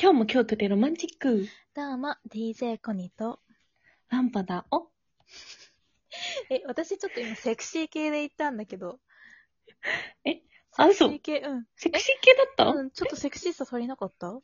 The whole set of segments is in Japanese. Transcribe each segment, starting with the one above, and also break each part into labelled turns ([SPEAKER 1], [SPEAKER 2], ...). [SPEAKER 1] 今日も京都でロマンチック。
[SPEAKER 2] どうも、DJ コニと。
[SPEAKER 1] ランパだ。お
[SPEAKER 2] え、私ちょっと今セクシー系で言ったんだけど。
[SPEAKER 1] え
[SPEAKER 2] セ
[SPEAKER 1] あ
[SPEAKER 2] クシ
[SPEAKER 1] 嘘
[SPEAKER 2] ー系、うん。
[SPEAKER 1] セクシー系だった、
[SPEAKER 2] うん、ちょっとセクシーさ足りなかった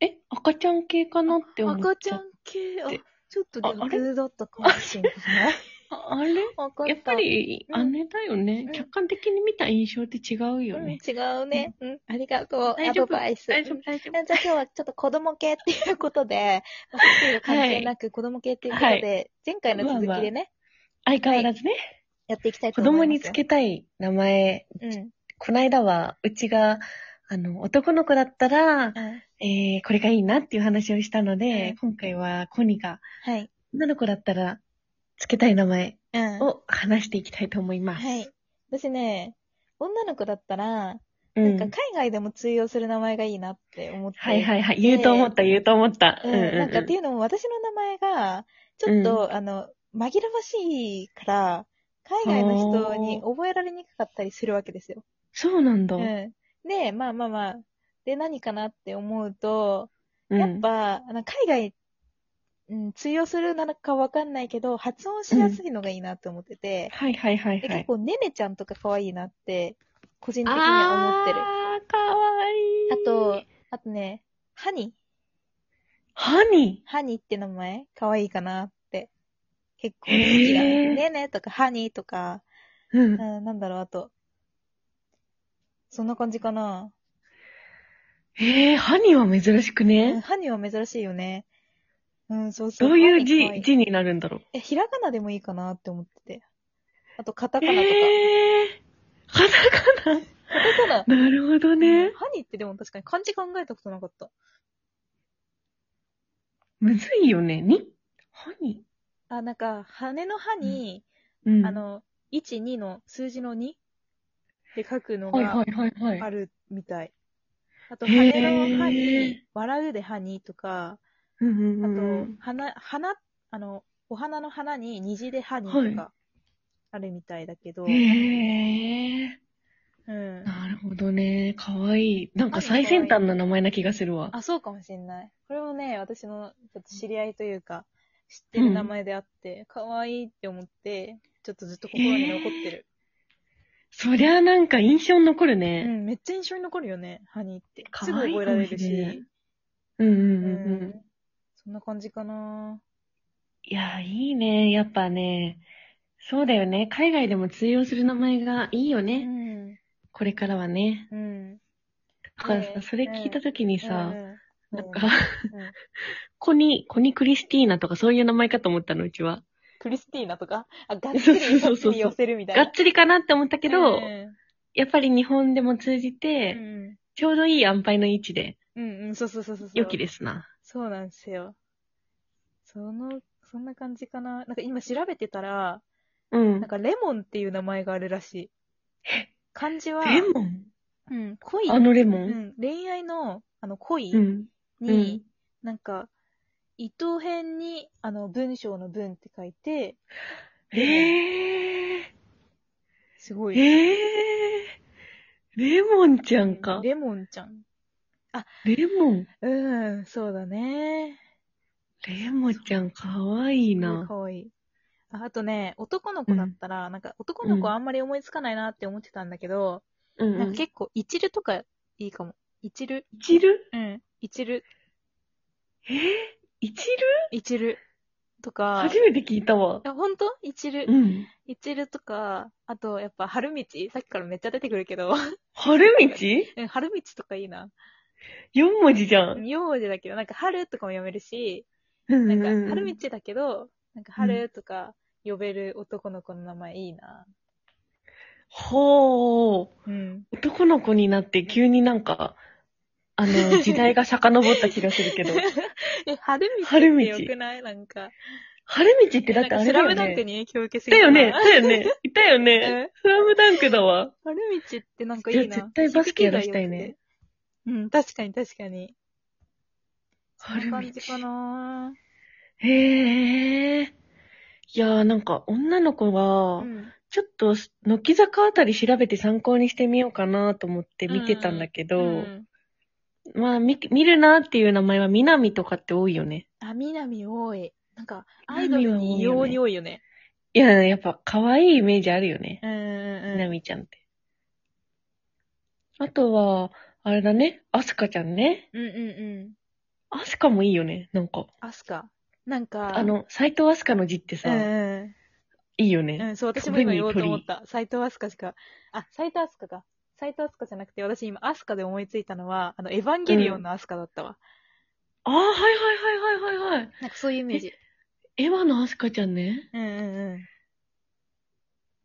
[SPEAKER 1] え、赤ちゃん系かなって思っ
[SPEAKER 2] 赤ち
[SPEAKER 1] ちゃ
[SPEAKER 2] ゃ。
[SPEAKER 1] うん
[SPEAKER 2] 系、あ
[SPEAKER 1] で、
[SPEAKER 2] ちょっとで
[SPEAKER 1] あ
[SPEAKER 2] も
[SPEAKER 1] あれ
[SPEAKER 2] グーだったかもしれない。
[SPEAKER 1] ああれ
[SPEAKER 2] わか た
[SPEAKER 1] やっぱ、り、
[SPEAKER 2] うん
[SPEAKER 1] あれだよね、
[SPEAKER 2] うん
[SPEAKER 1] 客観的に見た印象って違う
[SPEAKER 2] う
[SPEAKER 1] よ
[SPEAKER 2] ん、違
[SPEAKER 1] ね。
[SPEAKER 2] うね。うん、ありがとう。
[SPEAKER 1] 大
[SPEAKER 2] ア
[SPEAKER 1] 丈夫
[SPEAKER 2] ドバイス。
[SPEAKER 1] 大丈
[SPEAKER 2] うん
[SPEAKER 1] 夫、大丈
[SPEAKER 2] じゃあ今日はちょっと子供系っていうこ とで、まあセクシーが関係なく子供系っていうことで、
[SPEAKER 1] はい
[SPEAKER 2] 前回の続きでね、
[SPEAKER 1] 相変わらずね、
[SPEAKER 2] やっていきたいと
[SPEAKER 1] 子
[SPEAKER 2] 思い
[SPEAKER 1] 供
[SPEAKER 2] ます。
[SPEAKER 1] につけたい名前。
[SPEAKER 2] うん。うん。
[SPEAKER 1] こないだは、うちが、あの、男の子だったら、えー、これがいいなっていう話をしたので、
[SPEAKER 2] うん
[SPEAKER 1] 今回はコニが、
[SPEAKER 2] はい。
[SPEAKER 1] 女の子だったら、つけたい名前
[SPEAKER 2] うん。
[SPEAKER 1] を話していきたいと思います。
[SPEAKER 2] はい。私ね、女の子だったら、
[SPEAKER 1] う
[SPEAKER 2] なんか海外でも通用する名前がいいなって思って。
[SPEAKER 1] はいはいはい。言うと思った、言うと思った。
[SPEAKER 2] うん。
[SPEAKER 1] うう
[SPEAKER 2] なんかっていうのも私の名前が、ちょっと、あの、紛らわしいから、海外の人に覚えられにくかったりするわけですよ。
[SPEAKER 1] そうなんだ。
[SPEAKER 2] う。
[SPEAKER 1] うん
[SPEAKER 2] で、まあまあまあ、で、何かなって思うと、
[SPEAKER 1] ん
[SPEAKER 2] やっ、ぱ、あの海外、うん、通用するなのかわかんないけど、発音しやすいのがいいなって思ってて、
[SPEAKER 1] はいはいはい
[SPEAKER 2] で
[SPEAKER 1] は
[SPEAKER 2] 結
[SPEAKER 1] い。
[SPEAKER 2] 構、ねねちゃんとか可愛いなって、個人的には思ってる。
[SPEAKER 1] あー、かわいい。
[SPEAKER 2] あと、、あとね、ハニー。
[SPEAKER 1] ハニ
[SPEAKER 2] ハニーって名前可愛いかなって。結構好きだ
[SPEAKER 1] へ
[SPEAKER 2] ね。
[SPEAKER 1] ー
[SPEAKER 2] ねえねえとか、ハニーとか、
[SPEAKER 1] ー。う。
[SPEAKER 2] うんん、なんだろう、あと。そんな感じかな。
[SPEAKER 1] えー、ハニーは珍しく
[SPEAKER 2] うん、
[SPEAKER 1] ね。
[SPEAKER 2] ハニーは珍しいよね。うん、そうそう。
[SPEAKER 1] どういう
[SPEAKER 2] ハニー可愛
[SPEAKER 1] 字、
[SPEAKER 2] い
[SPEAKER 1] 字になるんだろう。
[SPEAKER 2] え、ひらがなでもいいかなって思ってて。あと、カタカナとか。
[SPEAKER 1] えー、カタカ
[SPEAKER 2] カタカナ。
[SPEAKER 1] ナ。 なるほど
[SPEAKER 2] うん
[SPEAKER 1] ね。
[SPEAKER 2] ハニーってでも確かに漢字考えたことなかった。
[SPEAKER 1] むずいよね。にハニ
[SPEAKER 2] あ、なんか、羽の歯に、
[SPEAKER 1] ーうん。
[SPEAKER 2] あ、の、1、2の数字の2で書くのが、
[SPEAKER 1] はいはいはいは
[SPEAKER 2] あ
[SPEAKER 1] い。
[SPEAKER 2] るみたい。あと、
[SPEAKER 1] へ
[SPEAKER 2] 羽
[SPEAKER 1] ー
[SPEAKER 2] の歯に、笑うで歯にとか、
[SPEAKER 1] うん
[SPEAKER 2] あ
[SPEAKER 1] うんうん
[SPEAKER 2] と、花、花、あの、お花の花に虹で歯にと
[SPEAKER 1] はい
[SPEAKER 2] か、あるみたいだけど、
[SPEAKER 1] えー。
[SPEAKER 2] うん。
[SPEAKER 1] なるほどね。かわいい。なんか最先端な名前な気がするわ。
[SPEAKER 2] あ、そうかもしんない。これもね、私のちょっと知り合いというか、知ってる名前であって、可愛いって思って、ちょっとずっと心に残ってる。
[SPEAKER 1] そりゃなんか印象に残る
[SPEAKER 2] う
[SPEAKER 1] ね。
[SPEAKER 2] ん、めっちゃ印象に残るよね、歯にって。
[SPEAKER 1] 可
[SPEAKER 2] すぐ
[SPEAKER 1] 愛い
[SPEAKER 2] 覚えられる
[SPEAKER 1] かもしれない
[SPEAKER 2] し。
[SPEAKER 1] うんうん
[SPEAKER 2] う
[SPEAKER 1] うんうん。
[SPEAKER 2] ん。そんな感じかな。
[SPEAKER 1] いや、いいね。やっぱね。そうだよね。海外でも通用する名前がいいよ
[SPEAKER 2] う
[SPEAKER 1] ね。
[SPEAKER 2] ん。
[SPEAKER 1] これからはね。
[SPEAKER 2] うん。
[SPEAKER 1] だからさ、
[SPEAKER 2] ね
[SPEAKER 1] それ聞いたときにさ、
[SPEAKER 2] うんう、
[SPEAKER 1] なんんか、
[SPEAKER 2] うんうん
[SPEAKER 1] コニ、コニクリスティーナとかそういう名前かと思ったの、うちは。
[SPEAKER 2] クリスティーナとか、あ、がっつり
[SPEAKER 1] そうそうそうそう
[SPEAKER 2] そっちに寄せるみたい
[SPEAKER 1] が
[SPEAKER 2] な。
[SPEAKER 1] っつりかなって思ったけど
[SPEAKER 2] う、ん
[SPEAKER 1] やっぱり日本でも通じ
[SPEAKER 2] う
[SPEAKER 1] て、
[SPEAKER 2] ん、
[SPEAKER 1] ちょうどいい安牌の位置で、
[SPEAKER 2] うん、うん、そうそうそうそう。
[SPEAKER 1] 良きですな。
[SPEAKER 2] そうなんですよ。その、そんな感じかな。なんか今調べてたら、
[SPEAKER 1] うん
[SPEAKER 2] なん。かレモンっていう名前があるらしい。漢字は、
[SPEAKER 1] レモン
[SPEAKER 2] うん、恋。
[SPEAKER 1] あのレモ
[SPEAKER 2] う
[SPEAKER 1] ン
[SPEAKER 2] ん、恋愛の、あの、恋
[SPEAKER 1] うん。
[SPEAKER 2] に、
[SPEAKER 1] うん
[SPEAKER 2] なんか、伊藤編に、あの、文章の文って書いて、
[SPEAKER 1] ええ
[SPEAKER 2] すご
[SPEAKER 1] ー、
[SPEAKER 2] い。
[SPEAKER 1] えー、レモンちゃんか。
[SPEAKER 2] レモンちゃん。
[SPEAKER 1] レモン。
[SPEAKER 2] うん、そうだね。
[SPEAKER 1] レモンちゃんかわいい
[SPEAKER 2] うん
[SPEAKER 1] な
[SPEAKER 2] か。わいい。ああとね、男の子だったら、なんか男の子はあんまり思いつかないなって思ってたんだけど、
[SPEAKER 1] うん
[SPEAKER 2] なん
[SPEAKER 1] うん。
[SPEAKER 2] か結構、いちるとかいいかも。いちる。
[SPEAKER 1] いちる
[SPEAKER 2] うん。いちる。
[SPEAKER 1] えー、いちる
[SPEAKER 2] いちる。とか、
[SPEAKER 1] 初めて聞いたわ。
[SPEAKER 2] あ、ほんといちる
[SPEAKER 1] う。ん。
[SPEAKER 2] いちるとか、あと、やっぱ、春道さっきからめっちゃ出てくるけど、
[SPEAKER 1] 春道
[SPEAKER 2] うん春道とかいいな。
[SPEAKER 1] 四文字じゃん。
[SPEAKER 2] 4文字だけど、なんか、春とかも読めるし、
[SPEAKER 1] な
[SPEAKER 2] なんか、春道だけど、なんか、春とか呼べる男の子の名前いいな。
[SPEAKER 1] ほー。
[SPEAKER 2] うん。
[SPEAKER 1] 男の子になって急になんか、あ の、時代が遡った気がする けど。
[SPEAKER 2] え、春道って
[SPEAKER 1] 春道
[SPEAKER 2] よくないなんか。
[SPEAKER 1] 春道ってだってあれだよ
[SPEAKER 2] なんかスラムダン
[SPEAKER 1] ね。
[SPEAKER 2] クに影響を受けす
[SPEAKER 1] いた
[SPEAKER 2] ぎ
[SPEAKER 1] よ
[SPEAKER 2] たな
[SPEAKER 1] ね。い。たよね。いたよね。
[SPEAKER 2] うん
[SPEAKER 1] スラムダンクだわ。
[SPEAKER 2] 春道ってなんかいい
[SPEAKER 1] い
[SPEAKER 2] な。
[SPEAKER 1] や絶対バスケやらしたいね
[SPEAKER 2] うん、確かに確かに。そん
[SPEAKER 1] 春
[SPEAKER 2] な
[SPEAKER 1] 道。
[SPEAKER 2] 感じかな
[SPEAKER 1] へえ。いやーなんか女の子
[SPEAKER 2] う
[SPEAKER 1] は、
[SPEAKER 2] ん。
[SPEAKER 1] ちょっとす、乃木坂あたり調べて参考にしてみようかなと思って見てたんだけど、
[SPEAKER 2] うん
[SPEAKER 1] まあ、見、見るなっていう名前は、みなみとかって多いよね。
[SPEAKER 2] あ、みなみ多い。なんか、アイドルに異様に多いよね。
[SPEAKER 1] いや、やっぱ、可愛いイメージあるよね。
[SPEAKER 2] うんうんう
[SPEAKER 1] み
[SPEAKER 2] ん。
[SPEAKER 1] なみちゃんって。あとは、あれだね。あすかちゃんね。
[SPEAKER 2] うんうんうん。
[SPEAKER 1] あすかもいいよね。なんか。
[SPEAKER 2] アスカ。なんか、
[SPEAKER 1] あ、の、斎藤あすかの字って
[SPEAKER 2] う
[SPEAKER 1] さ、
[SPEAKER 2] んうん
[SPEAKER 1] いいよ
[SPEAKER 2] うん。う
[SPEAKER 1] ね。
[SPEAKER 2] ん、そう、私も今言おうと思った。斎藤アスカしか。あ、斎藤アスカか。斎藤アスカじゃなくて、私今アスカで思いついたのは、あの、エヴァンゲリオンのアスカだったわ。
[SPEAKER 1] ああ、はいはいはいはいはいはい。
[SPEAKER 2] なんかそういうイメージ。
[SPEAKER 1] エヴァのあすかちゃんね。
[SPEAKER 2] うんうんうん。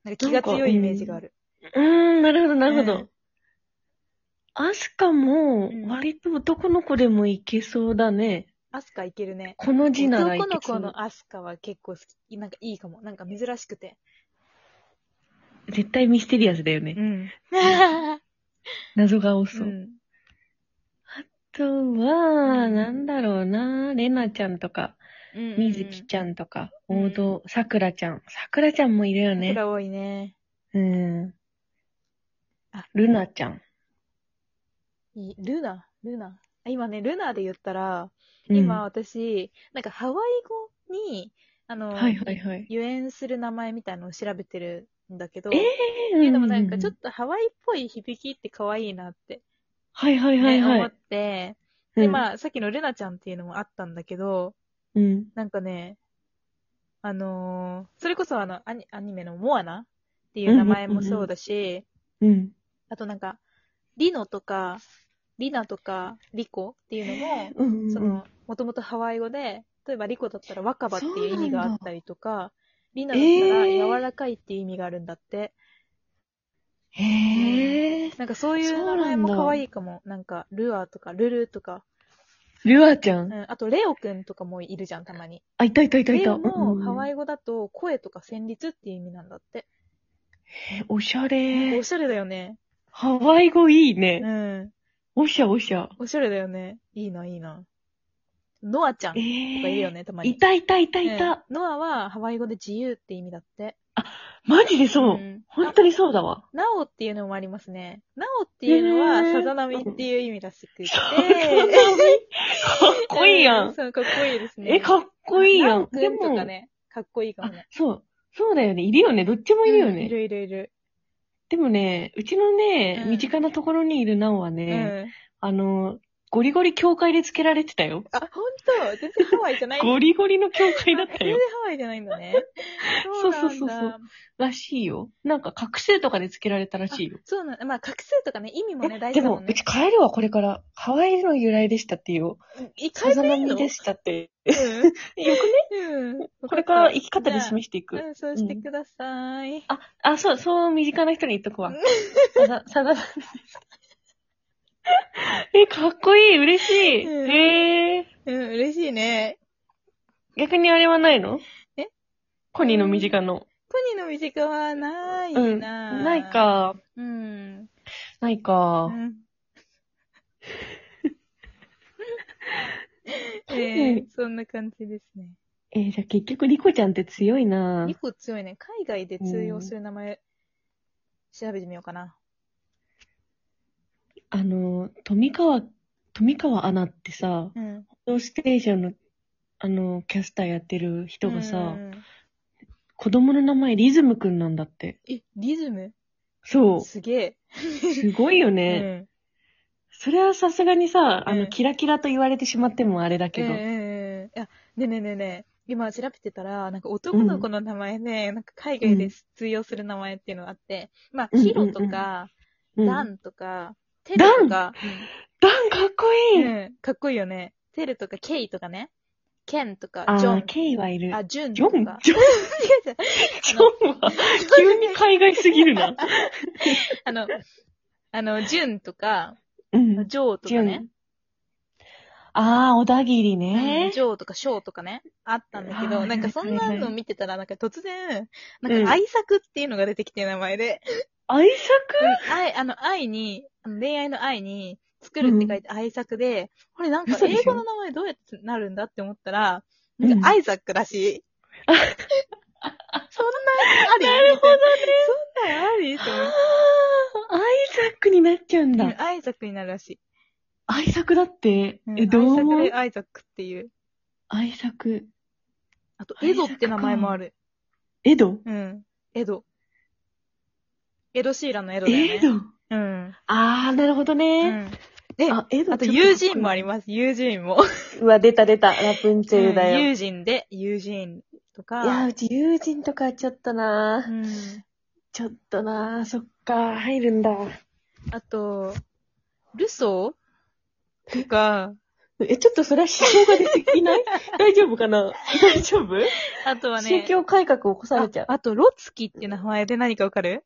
[SPEAKER 2] なんか気が強いイメージがある。
[SPEAKER 1] うーん、なるほど、なるほ
[SPEAKER 2] う
[SPEAKER 1] ど
[SPEAKER 2] ん。
[SPEAKER 1] あすかも
[SPEAKER 2] うん、
[SPEAKER 1] 割と男の子でもいけそうだね。
[SPEAKER 2] アスカいけるね。
[SPEAKER 1] この字ならいけ
[SPEAKER 2] 男の
[SPEAKER 1] そ
[SPEAKER 2] 子
[SPEAKER 1] う。
[SPEAKER 2] のアスカは結構好き。なんかいいかも。なんか珍しくて。
[SPEAKER 1] 絶対ミステリアスだよね。
[SPEAKER 2] ん。
[SPEAKER 1] 謎が多
[SPEAKER 2] う
[SPEAKER 1] そう。
[SPEAKER 2] ん。
[SPEAKER 1] あとは、
[SPEAKER 2] うん
[SPEAKER 1] なんだろうな。レナちゃんとか、みずきちゃんとか、
[SPEAKER 2] うん
[SPEAKER 1] 王道、さくらちゃん。さくらちゃんもいるよ
[SPEAKER 2] ゃ
[SPEAKER 1] ね。
[SPEAKER 2] ら多いね。
[SPEAKER 1] うん
[SPEAKER 2] あ。
[SPEAKER 1] ルナちゃん。
[SPEAKER 2] いいルナルナあ今ね、ルナで言ったら、
[SPEAKER 1] うん
[SPEAKER 2] 今、私、なんかハワイ語に、あの、
[SPEAKER 1] はいはいはい。
[SPEAKER 2] ゆえんする名前みたいのを調べてるんだけど、
[SPEAKER 1] ええ
[SPEAKER 2] でもなんかちょっ
[SPEAKER 1] と。
[SPEAKER 2] とハワイっぽい響きって可愛いなって、
[SPEAKER 1] はいはい
[SPEAKER 2] ね
[SPEAKER 1] はいはい。
[SPEAKER 2] 思って、
[SPEAKER 1] う
[SPEAKER 2] で、
[SPEAKER 1] ん、
[SPEAKER 2] まあ、さっきのルナちゃんっていうのもあったんだけど、
[SPEAKER 1] うん。
[SPEAKER 2] なんかね、あのーそれこそあのアニ、アニメのモアナっていう名前もそうだし、
[SPEAKER 1] うん。
[SPEAKER 2] あとなんか、リノとか、リナとか、リコっていうのも、
[SPEAKER 1] うんうんうん
[SPEAKER 2] その、もともとハワイ語で、例えばリコだったら若葉っていう意味があったりとか、リナだったら
[SPEAKER 1] えー
[SPEAKER 2] 柔らかいっていう意味があるんだって。
[SPEAKER 1] へえ。
[SPEAKER 2] なんかそういう名前も可愛いかも。なんか、ルアーとか、ルルーとか。
[SPEAKER 1] ルアちゃ。
[SPEAKER 2] うんん。あと、レオくんとかもいるじゃん、たまに。
[SPEAKER 1] あ、いたいたいたい
[SPEAKER 2] レ
[SPEAKER 1] た。
[SPEAKER 2] オもハワ
[SPEAKER 1] イ。
[SPEAKER 2] イ語だと、声とか旋律っていう意味なんだって。
[SPEAKER 1] えおしゃ
[SPEAKER 2] なんか
[SPEAKER 1] れ
[SPEAKER 2] お。しゃれだよね。
[SPEAKER 1] ハワイ語いいね。
[SPEAKER 2] うん。
[SPEAKER 1] おしゃおしゃ。
[SPEAKER 2] おしゃれだよね。いいな、いいな。ノアちゃん
[SPEAKER 1] ええ。
[SPEAKER 2] とかいるよね、たまに。
[SPEAKER 1] いたいたいたい
[SPEAKER 2] うん
[SPEAKER 1] た。
[SPEAKER 2] ノアはハワイ語で自由って意味だって。
[SPEAKER 1] マジでそう。
[SPEAKER 2] ん
[SPEAKER 1] 本当にそうだわ。
[SPEAKER 2] なおっていうのもありますね。なおっていうのは
[SPEAKER 1] へー
[SPEAKER 2] さざ波っていう意味ら しくて。
[SPEAKER 1] さざ波かっこいいや。
[SPEAKER 2] うんそう、かっこいいですね。
[SPEAKER 1] え、かっこいいや
[SPEAKER 2] なお
[SPEAKER 1] ん。
[SPEAKER 2] く
[SPEAKER 1] で
[SPEAKER 2] んと
[SPEAKER 1] も
[SPEAKER 2] か、ね、かっこいいかも
[SPEAKER 1] あ
[SPEAKER 2] ね。、
[SPEAKER 1] そう。そうだよね。いるよね。どっちもいるよ
[SPEAKER 2] うんい
[SPEAKER 1] ね。
[SPEAKER 2] るいるいる。
[SPEAKER 1] でもね、うちのね
[SPEAKER 2] う、ん
[SPEAKER 1] 身近なところにいるナオは
[SPEAKER 2] う
[SPEAKER 1] ね、
[SPEAKER 2] ん。
[SPEAKER 1] あの、ゴリゴリ教会でつけられてたよ。
[SPEAKER 2] あ、ほんと全然ハワイじゃない。
[SPEAKER 1] ゴリゴリの教会だっ
[SPEAKER 2] あ
[SPEAKER 1] た
[SPEAKER 2] 全然
[SPEAKER 1] よ
[SPEAKER 2] ハ。ワイじゃないんだね。
[SPEAKER 1] そうそうそうそう
[SPEAKER 2] なんだ
[SPEAKER 1] らしいよ。なんか覚醒とかでつけられたらしいよ。
[SPEAKER 2] そうなんだ。まあ、画数とかね、意味もね、大
[SPEAKER 1] で
[SPEAKER 2] 事だも
[SPEAKER 1] も
[SPEAKER 2] ん、
[SPEAKER 1] う
[SPEAKER 2] ね
[SPEAKER 1] ち。帰るわ、これから。ハワイの由来でしたっていう。
[SPEAKER 2] 一
[SPEAKER 1] さ
[SPEAKER 2] 回
[SPEAKER 1] ざ
[SPEAKER 2] でいい
[SPEAKER 1] 波
[SPEAKER 2] の
[SPEAKER 1] でしたって。
[SPEAKER 2] うん
[SPEAKER 1] よくね
[SPEAKER 2] うん。
[SPEAKER 1] これから生き方で示してい
[SPEAKER 2] じゃあ
[SPEAKER 1] く。
[SPEAKER 2] うん、そうしてください。
[SPEAKER 1] あ、あ、そう、そう、身近な人に言っとくわ
[SPEAKER 2] う
[SPEAKER 1] さ
[SPEAKER 2] ん。
[SPEAKER 1] ざ、さざ波で した。え、かっこいい、嬉しい。
[SPEAKER 2] うん
[SPEAKER 1] へえ。
[SPEAKER 2] うん、嬉しいね。
[SPEAKER 1] 逆にあれはないの
[SPEAKER 2] え
[SPEAKER 1] コニーの身近の。
[SPEAKER 2] コニーの身近はないな、
[SPEAKER 1] うん。ない。か。
[SPEAKER 2] うん。
[SPEAKER 1] ない
[SPEAKER 2] う
[SPEAKER 1] か。
[SPEAKER 2] ん。えー、そんな感じですね。
[SPEAKER 1] えーじゃあ結局リコちゃんって強いな
[SPEAKER 2] リコ強いね。海外で通用する名前、調べてみようかな。
[SPEAKER 1] あの、富川、富川アナってさ、
[SPEAKER 2] うん。
[SPEAKER 1] 報道ステーションの、あの、キャスターやってる人がさ、
[SPEAKER 2] うん
[SPEAKER 1] 子供の名前リズムくんなんだって。
[SPEAKER 2] え、リズム
[SPEAKER 1] そ
[SPEAKER 2] すげ
[SPEAKER 1] う。すごいよ
[SPEAKER 2] え。
[SPEAKER 1] ね。
[SPEAKER 2] うん。
[SPEAKER 1] それはさすがにさ、あ
[SPEAKER 2] う
[SPEAKER 1] の、
[SPEAKER 2] ん
[SPEAKER 1] キラキラと言われてしまってもあれだけど。
[SPEAKER 2] うんうんうんいや、ねえねえねえねえ、今調べてたら、なんか男の子の名前ね、なんか海外で通用する名前っていうのがあって、まあ、
[SPEAKER 1] うんうんうん
[SPEAKER 2] ヒロとか、
[SPEAKER 1] うん、
[SPEAKER 2] ダ
[SPEAKER 1] ダン
[SPEAKER 2] ンとか、テルと
[SPEAKER 1] か
[SPEAKER 2] か、
[SPEAKER 1] っこ
[SPEAKER 2] う
[SPEAKER 1] いい、
[SPEAKER 2] ん、かっこいいよね。テルとか、ケイとかね、ケンとか、
[SPEAKER 1] あ
[SPEAKER 2] ジ
[SPEAKER 1] ー、
[SPEAKER 2] ョン、
[SPEAKER 1] ケイはいる。
[SPEAKER 2] あ、ジュン
[SPEAKER 1] ジョ
[SPEAKER 2] と
[SPEAKER 1] ン、
[SPEAKER 2] か。
[SPEAKER 1] ジョン、
[SPEAKER 2] 違う違う
[SPEAKER 1] ジョンは、急に海外すぎる な。
[SPEAKER 2] あの、あの、ジュンとか、
[SPEAKER 1] うん。
[SPEAKER 2] ジョーとかね、
[SPEAKER 1] あー、小田切
[SPEAKER 2] うん
[SPEAKER 1] ね。
[SPEAKER 2] ジョーとかショーとかね、あったんだけ
[SPEAKER 1] あ
[SPEAKER 2] ど、
[SPEAKER 1] ー
[SPEAKER 2] なんかそん
[SPEAKER 1] は
[SPEAKER 2] ない
[SPEAKER 1] はいは
[SPEAKER 2] の
[SPEAKER 1] い
[SPEAKER 2] 見てたら、なんか突然、
[SPEAKER 1] う
[SPEAKER 2] なん
[SPEAKER 1] ん
[SPEAKER 2] か愛作っていうのが出てきて名前で、
[SPEAKER 1] 愛作
[SPEAKER 2] うん愛、あの、愛に、あの恋愛の愛に、作るって書いて愛作で、これなんか
[SPEAKER 1] 嘘でしょ
[SPEAKER 2] 英語の名前どうやってなるんだって思ったら、
[SPEAKER 1] う
[SPEAKER 2] なん
[SPEAKER 1] ん
[SPEAKER 2] かアイザックらし い。そんなありなるほどね。そんなんありって思っ
[SPEAKER 1] あーアイザックになっちゃうん
[SPEAKER 2] て
[SPEAKER 1] だ。
[SPEAKER 2] うん。アイザックになるらしい。
[SPEAKER 1] 愛作だって、
[SPEAKER 2] うん
[SPEAKER 1] え、どう思
[SPEAKER 2] 愛
[SPEAKER 1] う
[SPEAKER 2] 作でアイザックっていう。
[SPEAKER 1] 愛作。
[SPEAKER 2] あと、エドって名前もある。
[SPEAKER 1] エド
[SPEAKER 2] うん。エド。エド・シーランのエドだよね。
[SPEAKER 1] エド
[SPEAKER 2] うん。
[SPEAKER 1] あー、なるほど
[SPEAKER 2] う
[SPEAKER 1] ね。
[SPEAKER 2] ん。で、あ
[SPEAKER 1] あ、エド
[SPEAKER 2] と、友人もあ
[SPEAKER 1] り
[SPEAKER 2] ります。友人も。
[SPEAKER 1] うわ、出た出た。ラプンツェルだよ。
[SPEAKER 2] 友人で、友人と
[SPEAKER 1] いや、
[SPEAKER 2] か。
[SPEAKER 1] うち友人とかちょっとな、
[SPEAKER 2] うん。
[SPEAKER 1] ちょっとなそっか、入るんだ。
[SPEAKER 2] あと、ルソーとか、
[SPEAKER 1] え、ちょっとそれは思想が出てき ない大丈夫かな大丈夫、
[SPEAKER 2] あとはね、
[SPEAKER 1] 宗教改革を起こされちゃう。
[SPEAKER 2] ああと、ロツキって名前で何かわかる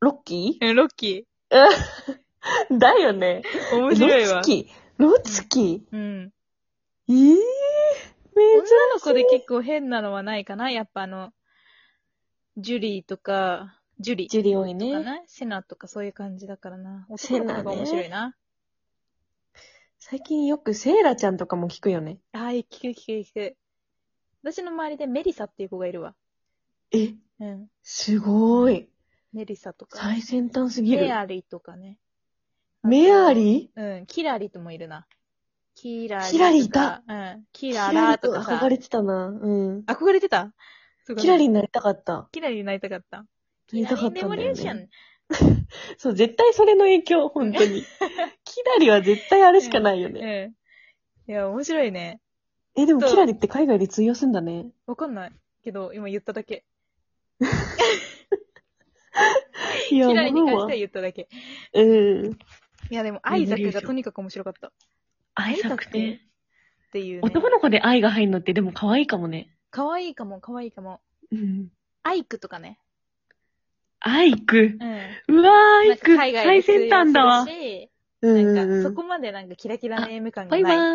[SPEAKER 1] ロッキ
[SPEAKER 2] うん、ロッキ
[SPEAKER 1] ーだよね。
[SPEAKER 2] ー。面白いわ。
[SPEAKER 1] ロツキロツキ、
[SPEAKER 2] うん。
[SPEAKER 1] えぇ、ー、め
[SPEAKER 2] 女
[SPEAKER 1] ち
[SPEAKER 2] の子で結構変なのはないかなやっぱあの、ジュリーとか、ジュリ
[SPEAKER 1] ゃ、ジュリ多い
[SPEAKER 2] とか
[SPEAKER 1] ね。
[SPEAKER 2] なセナとかそういう感じだからな。
[SPEAKER 1] セ
[SPEAKER 2] 男の
[SPEAKER 1] ナね
[SPEAKER 2] 子が面白いな。
[SPEAKER 1] 最近よくセーラちゃんとかも聞くよね。
[SPEAKER 2] ああ、聞く聞く聞く。私の周りでメリサっていう子がいるわ。
[SPEAKER 1] え、
[SPEAKER 2] うん。
[SPEAKER 1] すごい。
[SPEAKER 2] メリサとか。
[SPEAKER 1] 最先端すぎる
[SPEAKER 2] メ。アリーとかね。
[SPEAKER 1] メア
[SPEAKER 2] ー
[SPEAKER 1] リ
[SPEAKER 2] うん。キラリともいるな。キラリとか。
[SPEAKER 1] キラリいた
[SPEAKER 2] うん。キ
[SPEAKER 1] ー
[SPEAKER 2] ララとか
[SPEAKER 1] キラリ
[SPEAKER 2] さ。
[SPEAKER 1] 憧れてたな。うん。
[SPEAKER 2] 憧れてたそうか
[SPEAKER 1] キラリになりたかった。
[SPEAKER 2] キラリになりたかった。
[SPEAKER 1] なりたかったんだよ
[SPEAKER 2] キラリレボリューショ
[SPEAKER 1] ね。
[SPEAKER 2] ン
[SPEAKER 1] そう、絶対それの影響、本当 に。キラリは絶対あれしかないよね。
[SPEAKER 2] うん。いや、面白いね。
[SPEAKER 1] え、でも
[SPEAKER 2] そう
[SPEAKER 1] キラリって海外で通用すんだね。
[SPEAKER 2] わかんない。けど、今言っただけ。
[SPEAKER 1] い
[SPEAKER 2] キ
[SPEAKER 1] や、
[SPEAKER 2] ラリに関
[SPEAKER 1] 思う
[SPEAKER 2] して
[SPEAKER 1] わ
[SPEAKER 2] は言っただけ。
[SPEAKER 1] うん。
[SPEAKER 2] いや、でも、アイザックがとにかく面白かった。
[SPEAKER 1] 愛作って、
[SPEAKER 2] っていう、ね。
[SPEAKER 1] 男の子で愛が入るのってでも可愛いかもね。
[SPEAKER 2] 可愛いかも、可愛いかも。
[SPEAKER 1] うん。
[SPEAKER 2] アイクとかね。
[SPEAKER 1] 愛く。
[SPEAKER 2] うん。
[SPEAKER 1] うわー、
[SPEAKER 2] なん
[SPEAKER 1] 愛
[SPEAKER 2] か
[SPEAKER 1] く。
[SPEAKER 2] 海外
[SPEAKER 1] 最
[SPEAKER 2] で通用す
[SPEAKER 1] 先
[SPEAKER 2] るし
[SPEAKER 1] 端だわ。
[SPEAKER 2] な
[SPEAKER 1] うんん
[SPEAKER 2] か、そ
[SPEAKER 1] うん。
[SPEAKER 2] こまでなんかキラキラネーム感が
[SPEAKER 1] バ
[SPEAKER 2] ない。
[SPEAKER 1] イバーイ。